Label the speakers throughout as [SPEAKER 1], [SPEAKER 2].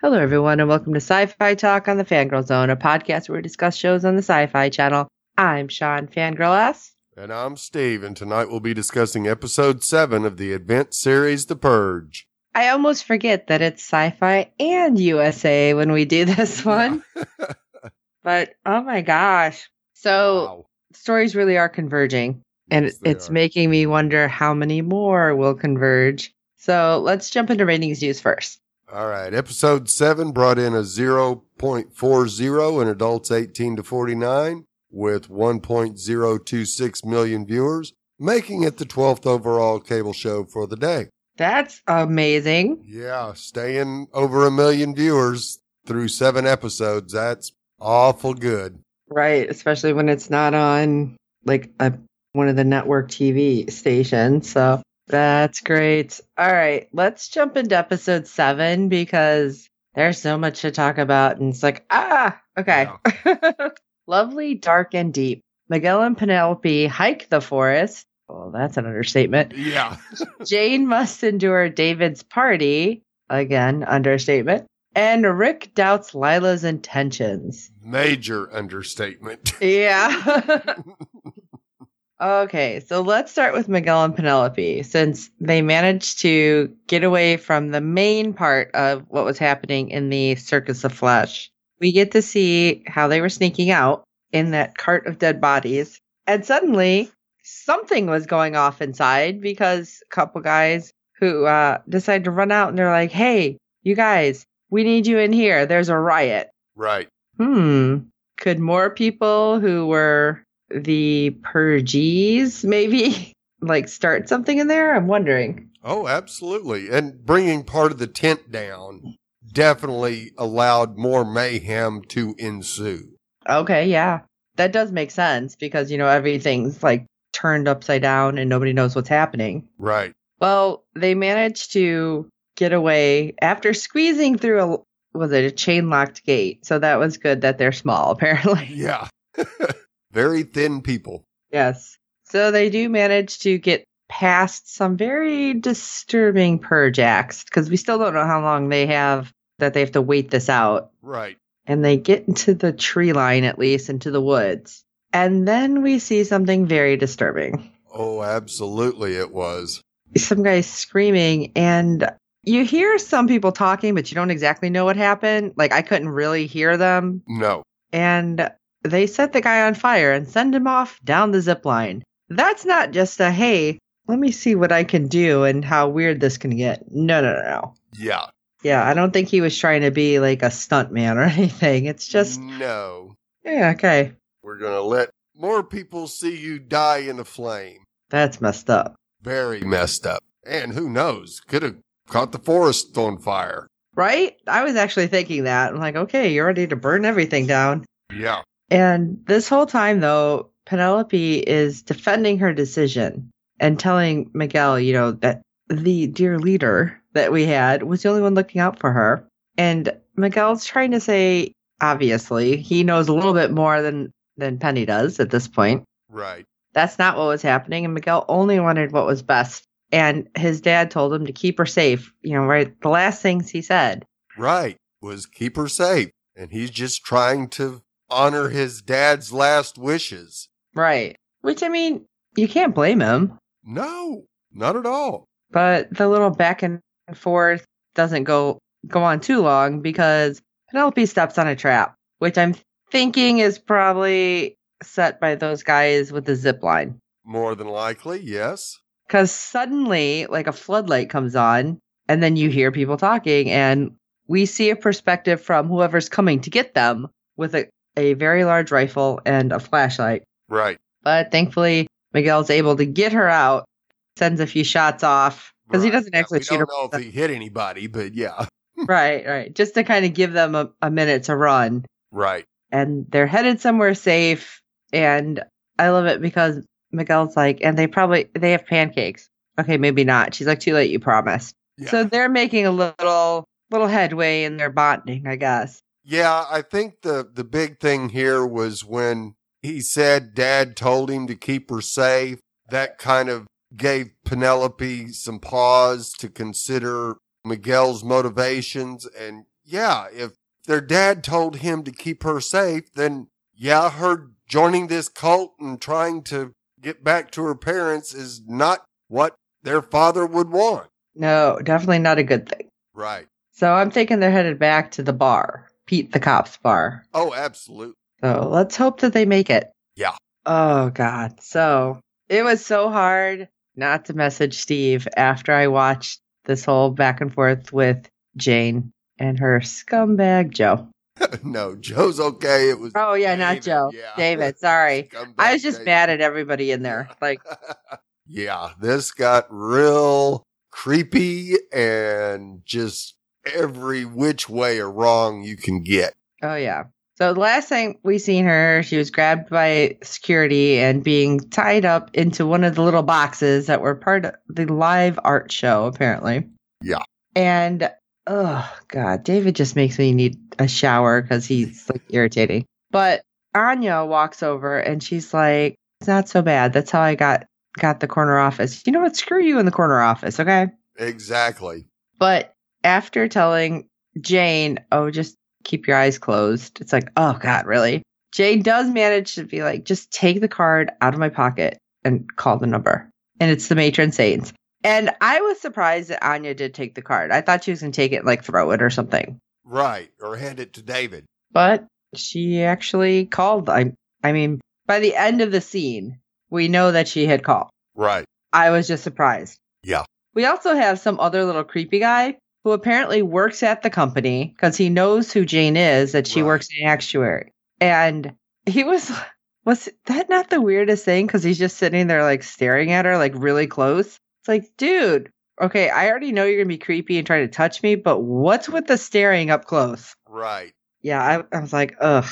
[SPEAKER 1] Hello, everyone, and welcome to Sci Fi Talk on the Fangirl Zone, a podcast where we discuss shows on the Sci Fi Channel. I'm Sean Fangirl S.
[SPEAKER 2] And I'm Steve, and tonight we'll be discussing episode seven of the event series The Purge.
[SPEAKER 1] I almost forget that it's Sci Fi and USA when we do this one, but oh my gosh. So,
[SPEAKER 2] Wow.
[SPEAKER 1] stories really are converging, Oh, and
[SPEAKER 2] Yes, they
[SPEAKER 1] it's
[SPEAKER 2] are.
[SPEAKER 1] making me wonder how many more will converge. So, let's jump into ratings news first.
[SPEAKER 2] All right. Episode seven brought in a 0.40 in adults 18 to 49 with 1.026 million viewers, making it the 12th overall cable show for the day.
[SPEAKER 1] That's amazing.
[SPEAKER 2] Yeah, staying over a million viewers through seven episodes. That's awful good.
[SPEAKER 1] Right, especially when it's not on like a one of the network TV stations. So that's great. All right, let's jump into episode 7 because there's so much to talk about and it's like ah, okay. Lovely, dark and deep. Miguel and Penelope hike the forest. Well, that's an understatement.
[SPEAKER 2] Yeah.
[SPEAKER 1] Jane must endure David's party. Again, understatement. And Rick doubts Lila's intentions.
[SPEAKER 2] Major understatement.
[SPEAKER 1] Yeah. okay, so let's start with Miguel and Penelope since they managed to get away from the main part of what was happening in the Circus of Flesh. We get to see how they were sneaking out in that cart of dead bodies, and suddenly something was going off inside because a couple guys who uh, decided to run out and they're like, hey, you guys, we need you in here. There's a riot
[SPEAKER 2] Right.
[SPEAKER 1] hmm, could more people who were the purgees maybe like start something in there? I'm wondering.
[SPEAKER 2] Oh, absolutely. And bringing part of the tent down definitely allowed more mayhem to ensue.
[SPEAKER 1] Okay, yeah. That does make sense because, you know, everything's like turned upside down and nobody knows what's happening.
[SPEAKER 2] Right.
[SPEAKER 1] Well, they managed to get away after squeezing through a was it a chain locked gate? So that was good that they're small apparently.
[SPEAKER 2] Yeah. Very thin people.
[SPEAKER 1] Yes. So they do manage to get past some very disturbing purge acts because we still don't know how long they have that they have to wait this out.
[SPEAKER 2] Right.
[SPEAKER 1] And they get into the tree line, at least, into the woods. And then we see something very disturbing.
[SPEAKER 2] Oh, absolutely it was.
[SPEAKER 1] Some guys screaming, and you hear some people talking, but you don't exactly know what happened. Like, I couldn't really hear them
[SPEAKER 2] No.
[SPEAKER 1] and they set the guy on fire and send him off down the zip line. That's not just a hey, let me see what I can do and how weird this can get. No, no, no, no.
[SPEAKER 2] Yeah.
[SPEAKER 1] Yeah, I don't think he was trying to be like a stunt man or anything. It's just,
[SPEAKER 2] Mm. no.
[SPEAKER 1] yeah, okay,
[SPEAKER 2] We're going to let more people see you die in a flame.
[SPEAKER 1] that's messed up.
[SPEAKER 2] Very messed up. And who knows? Could have caught the forest on fire.
[SPEAKER 1] Right? I was actually thinking that. I'm like, okay, you're ready to burn everything down.
[SPEAKER 2] Yeah.
[SPEAKER 1] And this whole time, though, Penelope is defending her decision and telling Miguel, you know, that the dear leader that we had was the only one looking out for her. And Miguel's trying to say, obviously, he knows a little bit more than, than Penny does at this point.
[SPEAKER 2] Right.
[SPEAKER 1] That's not what was happening. And Miguel only wanted what was best. And his dad told him to keep her safe, you know, right? The last things he said.
[SPEAKER 2] Right. Was keep her safe. And he's just trying to honor his dad's last wishes.
[SPEAKER 1] Right. Which, I mean, you can't blame him.
[SPEAKER 2] No, not at all.
[SPEAKER 1] but the little back and forth doesn't go go on too long because Penelope steps on a trap, which I'm thinking is probably set by those guys with the zip line.
[SPEAKER 2] More than likely, yes.
[SPEAKER 1] Because suddenly, like a floodlight comes on, and then you hear people talking, and we see a perspective from whoever's coming to get them with a, a very large rifle and a flashlight.
[SPEAKER 2] Right.
[SPEAKER 1] But thankfully, Miguel's able to get her out, sends a few shots off because he
[SPEAKER 2] Right.
[SPEAKER 1] doesn't
[SPEAKER 2] Now,
[SPEAKER 1] actually
[SPEAKER 2] we
[SPEAKER 1] shoot her.
[SPEAKER 2] don't know if he hit anybody, but yeah.
[SPEAKER 1] right, right. Just to kind of give them a, a minute to run.
[SPEAKER 2] Right.
[SPEAKER 1] And they're headed somewhere safe. And I love it because Miguel's like, and they probably they have pancakes. Okay, maybe not. She's like, too late, you promised.
[SPEAKER 2] Yeah.
[SPEAKER 1] So they're making a little little headway in their bonding, I guess.
[SPEAKER 2] yeah, I think the the big thing here was when he said dad told him to keep her safe. That kind of gave Penelope some pause to consider Miguel's motivations and yeah, if their dad told him to keep her safe, then yeah, her joining this cult and trying to get back to her parents is not what their father would want.
[SPEAKER 1] No, definitely not a good thing.
[SPEAKER 2] Right.
[SPEAKER 1] So I'm thinking they're headed back to the bar, Pete the Cops bar.
[SPEAKER 2] Oh, absolutely.
[SPEAKER 1] So let's hope that they make it.
[SPEAKER 2] Yeah.
[SPEAKER 1] Oh, God. So it was so hard not to message Steve after I watched this whole back and forth with Jane and her scumbag Joe.
[SPEAKER 2] no, Joe's okay. It was.
[SPEAKER 1] Oh, yeah, not
[SPEAKER 2] David,
[SPEAKER 1] Joe.
[SPEAKER 2] yeah.
[SPEAKER 1] David, sorry.
[SPEAKER 2] Scumbag
[SPEAKER 1] I was just
[SPEAKER 2] David.
[SPEAKER 1] mad at everybody in there. Like,
[SPEAKER 2] yeah, this got real creepy and just every which way or wrong you can get.
[SPEAKER 1] Oh yeah. So the last time we seen her, she was grabbed by security and being tied up into one of the little boxes that were part of the live art show, apparently.
[SPEAKER 2] Yeah.
[SPEAKER 1] And oh god, David just makes me need a shower because he's like irritating. But Anya walks over and she's like, "It's not so bad. That's how I got got the corner office. You know what? Screw you in the corner office, okay?"
[SPEAKER 2] Exactly.
[SPEAKER 1] But after telling Jane, oh, just keep your eyes closed, it's like, oh, God, really? Jane does manage to be like, just take the card out of my pocket and call the number. And it's the matron saints. And I was surprised that Anya did take the card. I thought she was going to take it, and, like throw it or something.
[SPEAKER 2] Right. Or hand it to David.
[SPEAKER 1] But she actually called. I, I mean, by the end of the scene, we know that she had called.
[SPEAKER 2] Right.
[SPEAKER 1] I was just surprised.
[SPEAKER 2] Yeah.
[SPEAKER 1] We also have some other little creepy guy who apparently works at the company because he knows who Jane is, that she
[SPEAKER 2] Right.
[SPEAKER 1] works in actuary. And he was, was that not the weirdest thing? Because he's just sitting there like staring at her, like really close. It's like, dude, okay, I already know you're going to be creepy and try to touch me, but what's with the staring up close?
[SPEAKER 2] Right.
[SPEAKER 1] Yeah. I, I was like, ugh.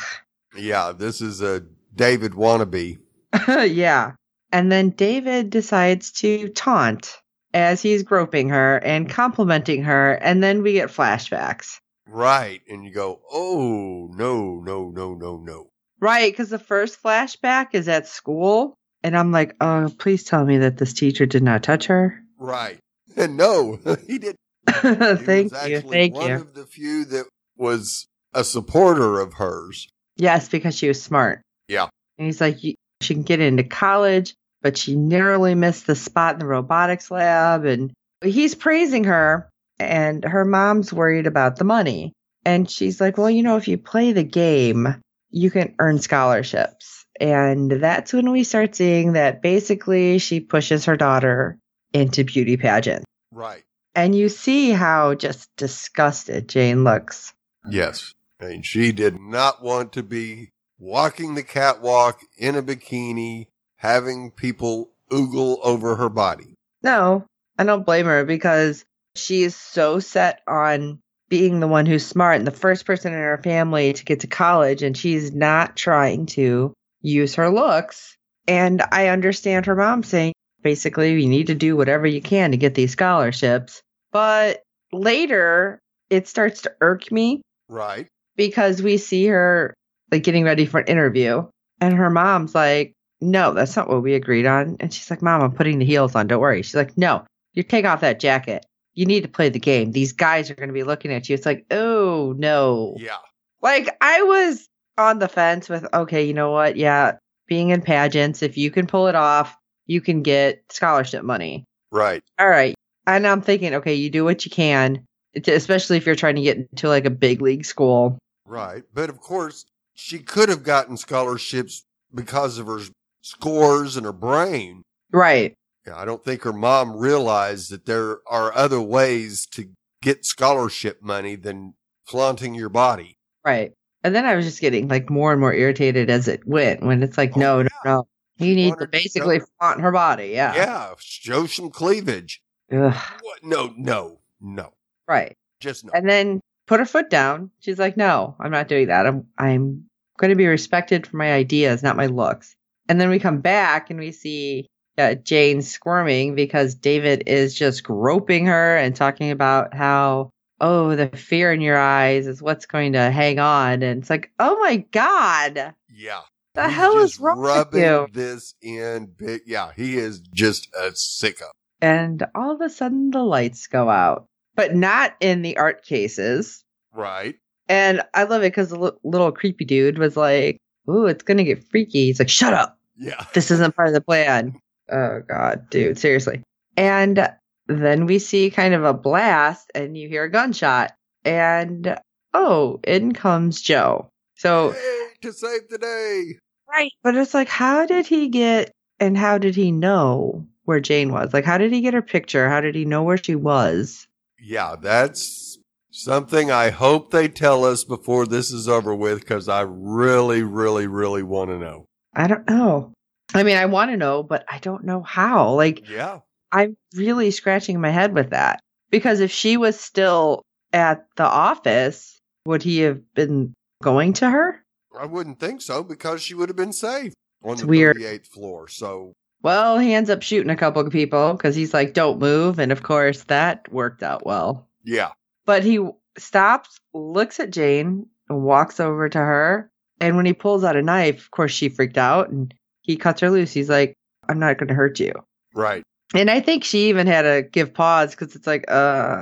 [SPEAKER 2] Yeah, this is a David wannabe.
[SPEAKER 1] yeah. And then David decides to taunt as he's groping her and complimenting her. And then we get flashbacks.
[SPEAKER 2] Right. And you go, oh, no, no, no, no, no.
[SPEAKER 1] Right. Because the first flashback is at school. And I'm like, oh, please tell me that this teacher did not touch her.
[SPEAKER 2] Right. And no, he did. He
[SPEAKER 1] Thank
[SPEAKER 2] was
[SPEAKER 1] you.
[SPEAKER 2] actually
[SPEAKER 1] Thank
[SPEAKER 2] one
[SPEAKER 1] you.
[SPEAKER 2] of the few that was a supporter of hers.
[SPEAKER 1] yes, because she was smart.
[SPEAKER 2] Yeah.
[SPEAKER 1] And he's like, "You- she can get into college, but she narrowly missed the spot in the robotics lab. And he's praising her, and her mom's worried about the money. And she's like, well, you know, if you play the game, you can earn scholarships. And that's when we start seeing that basically she pushes her daughter into beauty pageants.
[SPEAKER 2] Right.
[SPEAKER 1] And you see how just disgusted Jane looks.
[SPEAKER 2] Yes. And she did not want to be walking the catwalk in a bikini, having people oogle over her body.
[SPEAKER 1] No, I don't blame her because she is so set on being the one who's smart and the first person in her family to get to college, and she's not trying to use her looks. And I understand her mom saying, basically, you need to do whatever you can to get these scholarships. But later, it starts to irk me
[SPEAKER 2] Right.
[SPEAKER 1] because we see her like getting ready for an interview, and her mom's like, "No, that's not what we agreed on." And she's like, "Mom, I'm putting the heels on. Don't worry." She's like, "No, you take off that jacket. You need to play the game. These guys are going to be looking at you." It's like, "Oh no!"
[SPEAKER 2] Yeah.
[SPEAKER 1] Like I was on the fence with, "Okay, you know what? Yeah, being in pageants, if you can pull it off, you can get scholarship money."
[SPEAKER 2] Right.
[SPEAKER 1] all right. And I'm thinking, okay, you do what you can, it's- especially if you're trying to get into like a big league school.
[SPEAKER 2] Right. But of course, she could have gotten scholarships because of her scores and her brain.
[SPEAKER 1] Right.
[SPEAKER 2] Yeah, I don't think her mom realized that there are other ways to get scholarship money than flaunting your body.
[SPEAKER 1] Right. And then I was just getting like more and more irritated as it went when it's like, no,
[SPEAKER 2] Oh,
[SPEAKER 1] no, no. You need to
[SPEAKER 2] wanted to show
[SPEAKER 1] basically
[SPEAKER 2] her-
[SPEAKER 1] flaunt her body. Yeah.
[SPEAKER 2] yeah show some cleavage.
[SPEAKER 1] Ugh.
[SPEAKER 2] What? No, no, no.
[SPEAKER 1] Right.
[SPEAKER 2] Just no.
[SPEAKER 1] And then put her foot down. She's like, no, I'm not doing that. I'm, I'm going to be respected for my ideas, not my looks. And then we come back and we see uh, Jane squirming because David is just groping her and talking about how, oh, the fear in your eyes is what's going to hang on. And it's like, oh my God,
[SPEAKER 2] yeah.
[SPEAKER 1] the
[SPEAKER 2] He's
[SPEAKER 1] hell is
[SPEAKER 2] just
[SPEAKER 1] wrong with
[SPEAKER 2] rubbing
[SPEAKER 1] you?
[SPEAKER 2] this in big. Yeah, he is just a sicko.
[SPEAKER 1] And all of a sudden the lights go out, but not in the art cases.
[SPEAKER 2] Right.
[SPEAKER 1] And I love it because the l- little creepy dude was like, "Ooh, it's gonna get freaky." He's like, "Shut up!
[SPEAKER 2] Yeah.
[SPEAKER 1] This isn't part of the plan." Oh god, dude, seriously. And then we see kind of a blast, and you hear a gunshot, and oh, in comes Joe. So
[SPEAKER 2] Yay, to save the day.
[SPEAKER 1] right, but it's like, how did he get? And how did he know where Jane was? Like, how did he get her picture? How did he know where she was?
[SPEAKER 2] Yeah, that's something I hope they tell us before this is over with because I really, really, really want to know.
[SPEAKER 1] I don't know. I mean, I want to know, but I don't know how. Like,
[SPEAKER 2] Yeah.
[SPEAKER 1] I'm really scratching my head with that because if she was still at the office, would he have been going to her?
[SPEAKER 2] I wouldn't think so because she would have been safe on
[SPEAKER 1] It's
[SPEAKER 2] the
[SPEAKER 1] weird.
[SPEAKER 2] 38th floor. So,
[SPEAKER 1] Well, he ends up shooting a couple of people because he's like, don't move. And of course, that worked out well.
[SPEAKER 2] yeah.
[SPEAKER 1] But he stops, looks at Jane, and walks over to her. And when he pulls out a knife, of course, she freaked out and he cuts her loose. He's like, I'm not going to hurt you.
[SPEAKER 2] Right.
[SPEAKER 1] And I think she even had to give pause because it's like, uh,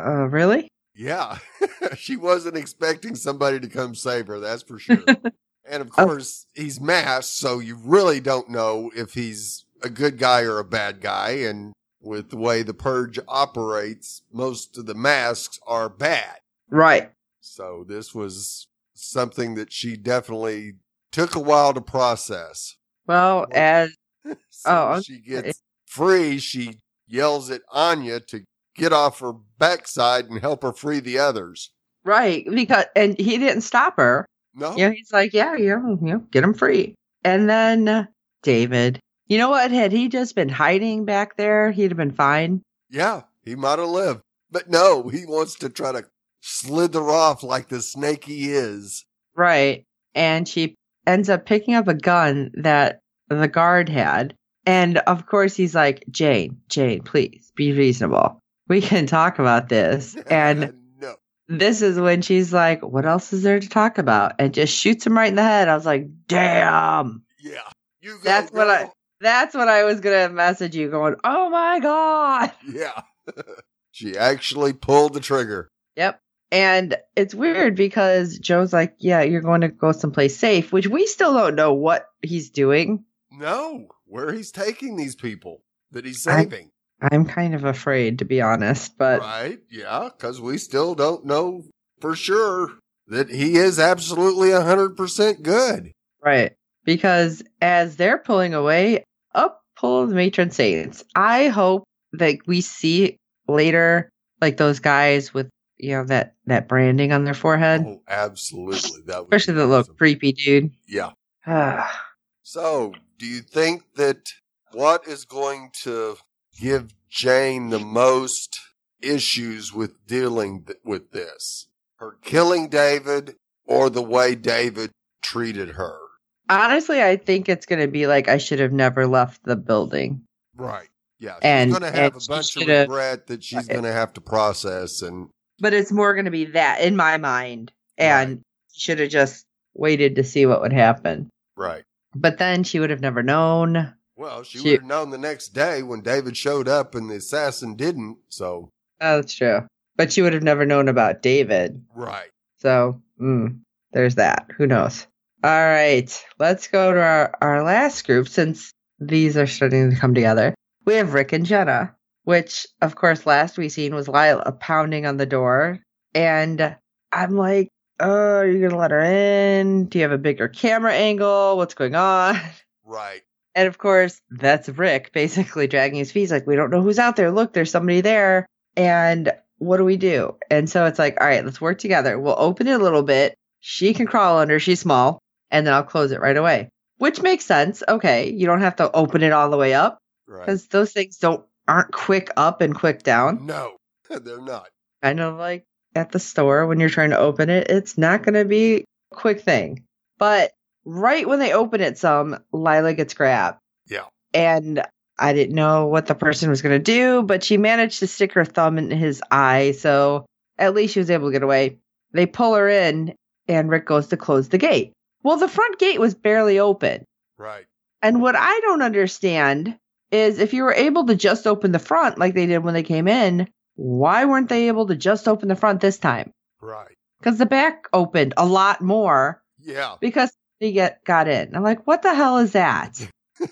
[SPEAKER 1] uh, really?
[SPEAKER 2] Yeah. she wasn't expecting somebody to come save her, that's for sure. and of
[SPEAKER 1] Oh.
[SPEAKER 2] course, he's masked, so you really don't know if he's a good guy or a bad guy. And with the way the purge operates, most of the masks are bad.
[SPEAKER 1] Right.
[SPEAKER 2] So this was something that she definitely took a while to process.
[SPEAKER 1] Well,
[SPEAKER 2] Well,
[SPEAKER 1] as
[SPEAKER 2] So
[SPEAKER 1] Oh,
[SPEAKER 2] when
[SPEAKER 1] okay.
[SPEAKER 2] she gets free. She yells at Anya to get off her backside and help her free the others.
[SPEAKER 1] right because and he didn't stop her.
[SPEAKER 2] No,
[SPEAKER 1] You know, he's like, yeah, you know, you know, get him free. And then uh, David, you know what? Had he just been hiding back there, he'd have been fine.
[SPEAKER 2] yeah, he might have lived, but no, he wants to try to slither off like the snake he is.
[SPEAKER 1] Right. And she ends up picking up a gun that the guard had. And of course, he's like, Jane, Jane, please be reasonable. We can talk about this. And
[SPEAKER 2] no,
[SPEAKER 1] this is when she's like, What else is there to talk about? And just shoots him right in the head. I was like, Damn.
[SPEAKER 2] yeah, you. Go,
[SPEAKER 1] That's what I-
[SPEAKER 2] girl.
[SPEAKER 1] That's what I was gonna message you going, Oh my god.
[SPEAKER 2] Yeah, she actually pulled the trigger.
[SPEAKER 1] Yep. And it's weird because Joe's like, Yeah, you're going to go someplace safe, which we still don't know what he's doing.
[SPEAKER 2] No, where he's taking these people that he's
[SPEAKER 1] I-
[SPEAKER 2] saving.
[SPEAKER 1] I'm kind of afraid to be honest, but
[SPEAKER 2] right? Yeah, because we still don't know for sure that he is absolutely a hundred percent good.
[SPEAKER 1] right. Because as they're pulling away, up pull the matron saints. I hope that we see later like those guys with you know that that branding on their forehead.
[SPEAKER 2] Oh, absolutely. That would
[SPEAKER 1] Especially
[SPEAKER 2] be
[SPEAKER 1] that little
[SPEAKER 2] awesome.
[SPEAKER 1] creepy dude.
[SPEAKER 2] Yeah.
[SPEAKER 1] Ah.
[SPEAKER 2] So, do you think that what is going to give Jane the most issues with dealing th- with this? Her killing David, or the way David treated her?
[SPEAKER 1] Honestly, I think it's going to be like I should have never left the building.
[SPEAKER 2] Right. Yeah, she's
[SPEAKER 1] And-
[SPEAKER 2] going to have
[SPEAKER 1] and
[SPEAKER 2] a
[SPEAKER 1] she
[SPEAKER 2] bunch of
[SPEAKER 1] should've-
[SPEAKER 2] regret that she's going to have to process, and
[SPEAKER 1] But it's more going to be that in my mind. And should have just waited to see what would happen.
[SPEAKER 2] right.
[SPEAKER 1] But then she would have never known. Oh,
[SPEAKER 2] Well, she,
[SPEAKER 1] She-
[SPEAKER 2] would have known the next day when David showed up and the assassin didn't. So
[SPEAKER 1] Oh, that's true. But she would have never known about David.
[SPEAKER 2] right,
[SPEAKER 1] So mm, there's that. Who knows? All right. Let's go to our, our last group since these are starting to come together. We have Rick and Jenna, which, of course, last we seen was Lila pounding on the door. And I'm like, oh, are you going to let her in? Do you have a bigger camera angle? What's going on?
[SPEAKER 2] right,
[SPEAKER 1] And of course, that's Rick basically dragging his feet. He's like, we don't know who's out there. Look, there's somebody there. And what do we do? And so it's like, all right, let's work together. We'll open it a little bit. She can crawl under. She's small. And then I'll close it right away, which makes sense. Okay. You don't have to open it all the way up
[SPEAKER 2] right.
[SPEAKER 1] because those things don't aren't quick up and quick down.
[SPEAKER 2] No, they're not.
[SPEAKER 1] Kind of like at the store when you're trying to open it, it's not going to be a quick thing. But right when they open it, some Lila gets grabbed
[SPEAKER 2] Yeah,
[SPEAKER 1] and I didn't know what the person was going to do, but she managed to stick her thumb in his eye. So at least she was able to get away. They pull her in, and Rick goes to close the gate. Well, the front gate was barely open.
[SPEAKER 2] right.
[SPEAKER 1] And what I don't understand is if you were able to just open the front like they did when they came in, why weren't they able to just open the front this time?
[SPEAKER 2] Right.
[SPEAKER 1] because the back opened a lot more
[SPEAKER 2] Yeah.
[SPEAKER 1] because he get got in. I'm like, what the hell is that?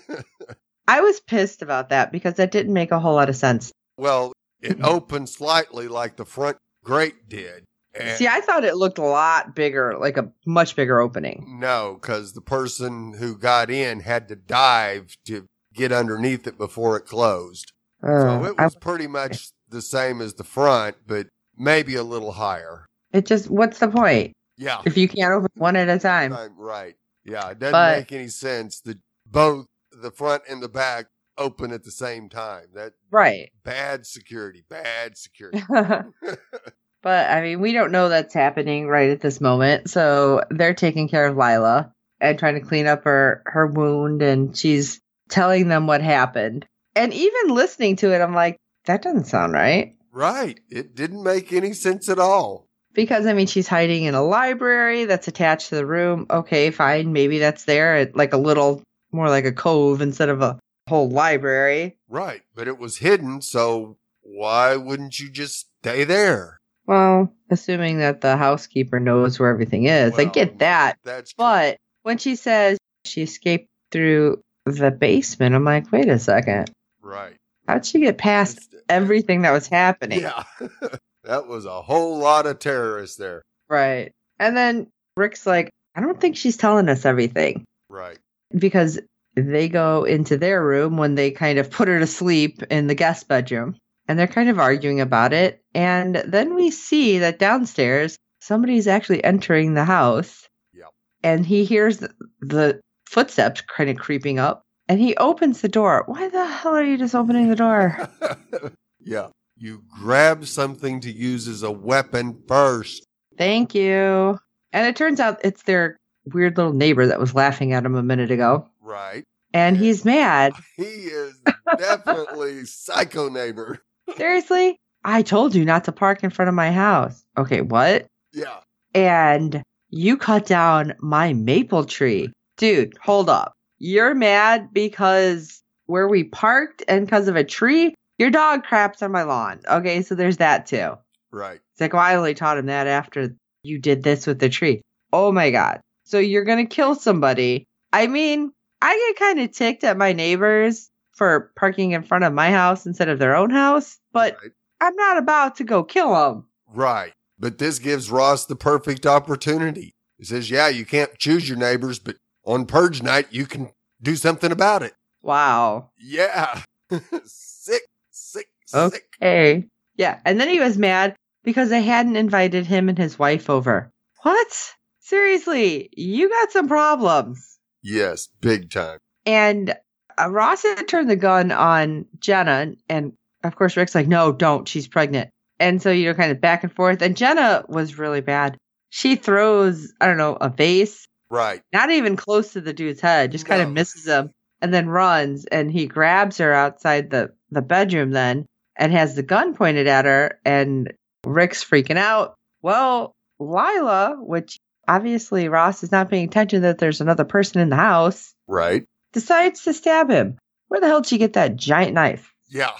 [SPEAKER 1] I was pissed about that because that didn't make a whole lot of sense.
[SPEAKER 2] Well,
[SPEAKER 1] Mm-hmm.
[SPEAKER 2] it opened slightly like the front grate did. And
[SPEAKER 1] See, I thought it looked a lot bigger, like a much bigger opening.
[SPEAKER 2] no, because the person who got in had to dive to get underneath it before it closed.
[SPEAKER 1] Ugh.
[SPEAKER 2] so it
[SPEAKER 1] Uh, I-
[SPEAKER 2] was pretty much the same as the front, but maybe a little higher.
[SPEAKER 1] it just, what's the point
[SPEAKER 2] Yeah.
[SPEAKER 1] if you can't open one at a time?
[SPEAKER 2] Right, Right. Yeah. It doesn't
[SPEAKER 1] But-
[SPEAKER 2] make any sense that both the front and the back open at the same time. That
[SPEAKER 1] Right.
[SPEAKER 2] bad security, bad security.
[SPEAKER 1] but I mean, we don't know that's happening right at this moment. So they're taking care of Lila and trying to clean up her her wound, and she's telling them what happened. And even listening to it, I'm like, that doesn't sound right.
[SPEAKER 2] right. It didn't make any sense at all.
[SPEAKER 1] Because I mean, she's hiding in a library that's attached to the room. Okay, fine, maybe that's there, at like a little more like a cove instead of a whole library.
[SPEAKER 2] Right. But it was hidden. So why wouldn't you just stay there?
[SPEAKER 1] Well, assuming that the housekeeper knows where everything is, I
[SPEAKER 2] Well,
[SPEAKER 1] get that.
[SPEAKER 2] That's true.
[SPEAKER 1] But when she says she escaped through the basement, I'm like, wait a second.
[SPEAKER 2] right.
[SPEAKER 1] How'd she get past
[SPEAKER 2] That's-
[SPEAKER 1] everything that was happening?
[SPEAKER 2] Yeah. that was a whole lot of terrorists there.
[SPEAKER 1] Right. And then Rick's like, I don't think she's telling us everything
[SPEAKER 2] Right.
[SPEAKER 1] because they go into their room when they kind of put her to sleep in the guest bedroom and they're kind of arguing about it. And then we see that downstairs, somebody's actually entering the house.
[SPEAKER 2] Yep.
[SPEAKER 1] And he hears the, the footsteps kind of creeping up and he opens the door. Why the hell are you just opening the door?
[SPEAKER 2] yeah. You grab something to use as a weapon first.
[SPEAKER 1] Thank you. And it turns out it's their weird little neighbor that was laughing at him a minute ago.
[SPEAKER 2] Right.
[SPEAKER 1] And he's mad.
[SPEAKER 2] He is definitely psycho neighbor.
[SPEAKER 1] Seriously? I told you not to park in front of my house. Okay, what?
[SPEAKER 2] Yeah.
[SPEAKER 1] And you cut down my maple tree. Dude, hold up. You're mad because where we parked and because of a tree, your dog craps on my lawn. Okay, so there's that too.
[SPEAKER 2] Right.
[SPEAKER 1] It's like, well, I only taught him that after you did this with the tree. Oh my God. So you're going to kill somebody. I mean, I get kind of ticked at my neighbors for parking in front of my house instead of their own house, but
[SPEAKER 2] right.
[SPEAKER 1] I'm not about to go kill them.
[SPEAKER 2] Right. But this gives Ross the perfect opportunity. He says, Yeah, you can't choose your neighbors, but on purge night, you can do something about it.
[SPEAKER 1] Wow.
[SPEAKER 2] Yeah. sick, sick,
[SPEAKER 1] Okay.
[SPEAKER 2] sick.
[SPEAKER 1] Hey. Yeah. And then he was mad because they hadn't invited him and his wife over. What? Seriously, you got some problems.
[SPEAKER 2] Yes, big time.
[SPEAKER 1] And uh, Ross had turned the gun on Jenna. And of course, Rick's like, no, don't. She's pregnant. And so, you know, kind of back and forth. And Jenna was really bad. She throws, I don't know, a vase,
[SPEAKER 2] Right.
[SPEAKER 1] not even close to the dude's head, just kind of
[SPEAKER 2] No.
[SPEAKER 1] misses him and then runs. And he grabs her outside the, the bedroom then and has the gun pointed at her. And Rick's freaking out. Well, Lila, which obviously Ross is not paying attention that there's another person in the house
[SPEAKER 2] Right.
[SPEAKER 1] decides to stab him. Where the hell did she get that giant knife?
[SPEAKER 2] Yeah.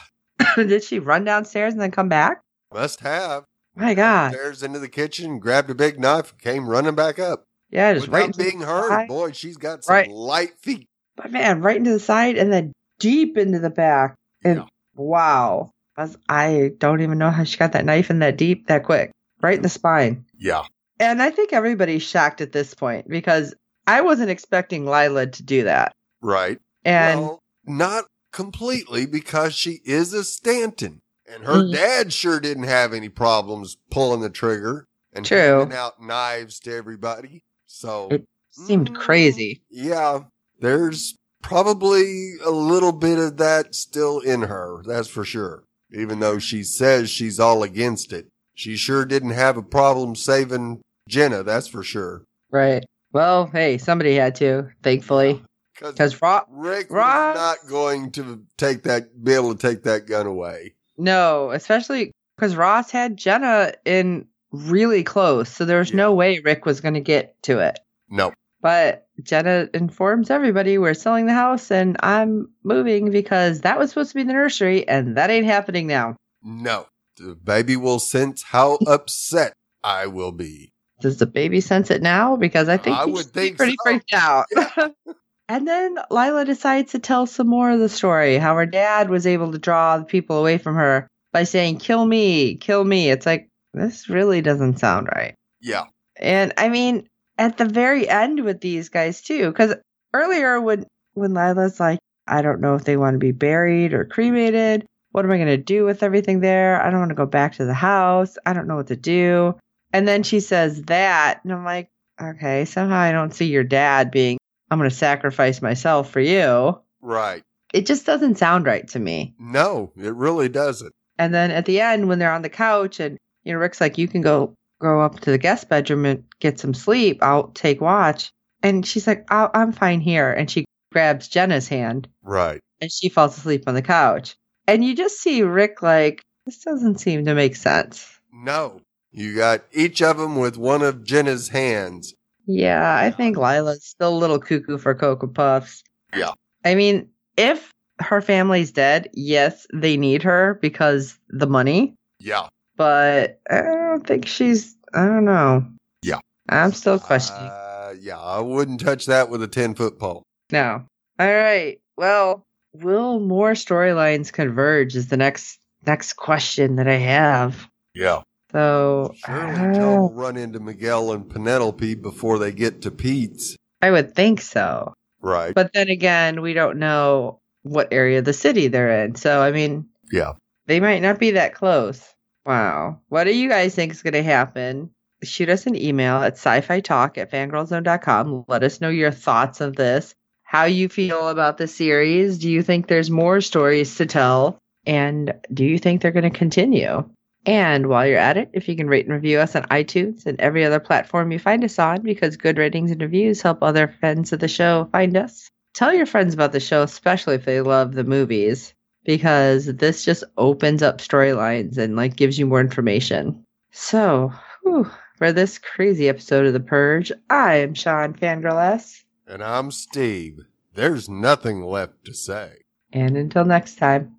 [SPEAKER 1] did she run downstairs and then come back?
[SPEAKER 2] Must have.
[SPEAKER 1] My God.
[SPEAKER 2] Upstairs into the kitchen, grabbed a big knife, came running back up.
[SPEAKER 1] Yeah, just
[SPEAKER 2] Without
[SPEAKER 1] right into,
[SPEAKER 2] being heard.
[SPEAKER 1] side.
[SPEAKER 2] Boy, she's got some
[SPEAKER 1] Right.
[SPEAKER 2] light feet.
[SPEAKER 1] but man, right into the side and then deep into the back. And
[SPEAKER 2] Yeah.
[SPEAKER 1] wow. I was- I don't even know how she got that knife in that deep that quick. Right in the spine.
[SPEAKER 2] Yeah.
[SPEAKER 1] And I think everybody's shocked at this point because I wasn't expecting Lila to do that.
[SPEAKER 2] Right.
[SPEAKER 1] And
[SPEAKER 2] well, not completely because she is a Stanton, and her
[SPEAKER 1] Mm.
[SPEAKER 2] dad sure didn't have any problems pulling the trigger and
[SPEAKER 1] True.
[SPEAKER 2] handing out knives to everybody. So
[SPEAKER 1] It- seemed
[SPEAKER 2] Mm.
[SPEAKER 1] crazy.
[SPEAKER 2] yeah, there's probably a little bit of that still in her. That's for sure. Even though she says she's all against it, she sure didn't have a problem saving Jenna. That's for sure.
[SPEAKER 1] Right. Well, hey, somebody had to, thankfully. Because Ross,
[SPEAKER 2] Rick
[SPEAKER 1] Ross-
[SPEAKER 2] was not going to take that, be able to take that gun away.
[SPEAKER 1] No, especially because Ross had Jenna in really close, so there was no way Rick was going to get to it.
[SPEAKER 2] No.
[SPEAKER 1] But Jenna informs everybody we're selling the house and I'm moving because that was supposed to be the nursery and that ain't happening now.
[SPEAKER 2] No. The baby will sense how upset I will be.
[SPEAKER 1] does the baby sense it now? Because I think
[SPEAKER 2] I
[SPEAKER 1] he's
[SPEAKER 2] would think
[SPEAKER 1] pretty
[SPEAKER 2] so.
[SPEAKER 1] freaked out. and then Lila decides to tell some more of the story how her dad was able to draw the people away from her by saying, kill me, kill me. It's like, this really doesn't sound right.
[SPEAKER 2] Yeah.
[SPEAKER 1] And I mean, at the very end with these guys too, because earlier when when Lila's like, I don't know if they want to be buried or cremated. What am I going to do with everything there? I don't want to go back to the house. I don't know what to do. And then she says that, and I'm like, okay, somehow I don't see your dad being, I'm going to sacrifice myself for you.
[SPEAKER 2] Right.
[SPEAKER 1] It just doesn't sound right to me.
[SPEAKER 2] No, it really doesn't.
[SPEAKER 1] And then at the end, when they're on the couch, and you know, Rick's like, "You can go go up to the guest bedroom and get some sleep. I'll take watch." And she's like, i "I'm fine here." And she grabs Jenna's hand,
[SPEAKER 2] Right.
[SPEAKER 1] and she falls asleep on the couch. And you just see Rick like, "This doesn't seem to make sense."
[SPEAKER 2] No. You got each of them with one of Jenna's hands.
[SPEAKER 1] Yeah, I think Lila's still a little cuckoo for Cocoa Puffs.
[SPEAKER 2] Yeah.
[SPEAKER 1] I mean, if her family's dead, yes, they need her because the money.
[SPEAKER 2] Yeah.
[SPEAKER 1] but I don't think she's. I don't know.
[SPEAKER 2] Yeah.
[SPEAKER 1] I'm still questioning.
[SPEAKER 2] Uh, yeah, I wouldn't touch that with a 10 foot pole.
[SPEAKER 1] no. All right. Well, will more storylines converge? Is the next next question that I have.
[SPEAKER 2] Yeah.
[SPEAKER 1] So
[SPEAKER 2] Surely
[SPEAKER 1] uh,
[SPEAKER 2] Joe will run into Miguel and Penelope before they get to Pete's.
[SPEAKER 1] I would think so.
[SPEAKER 2] Right.
[SPEAKER 1] But then again, we don't know what area of the city they're in. So I mean,
[SPEAKER 2] Yeah.
[SPEAKER 1] they might not be that close. Wow. What do you guys think is going to happen? Shoot us an email at sci-fi talk at fangirlzone.com. Let us know your thoughts of this, how you feel about the series. Do you think there's more stories to tell? And do you think they're going to continue? And while you're at it, if you can rate and review us on iTunes and every other platform you find us on, because good ratings and reviews help other friends of the show find us. Tell your friends about the show, especially if they love the movies because this just opens up storylines and like gives you more information. So, whew, for this crazy episode of The Purge, I am Sean Fangirl S.
[SPEAKER 2] And I'm Steve. There's nothing left to say.
[SPEAKER 1] And until next time.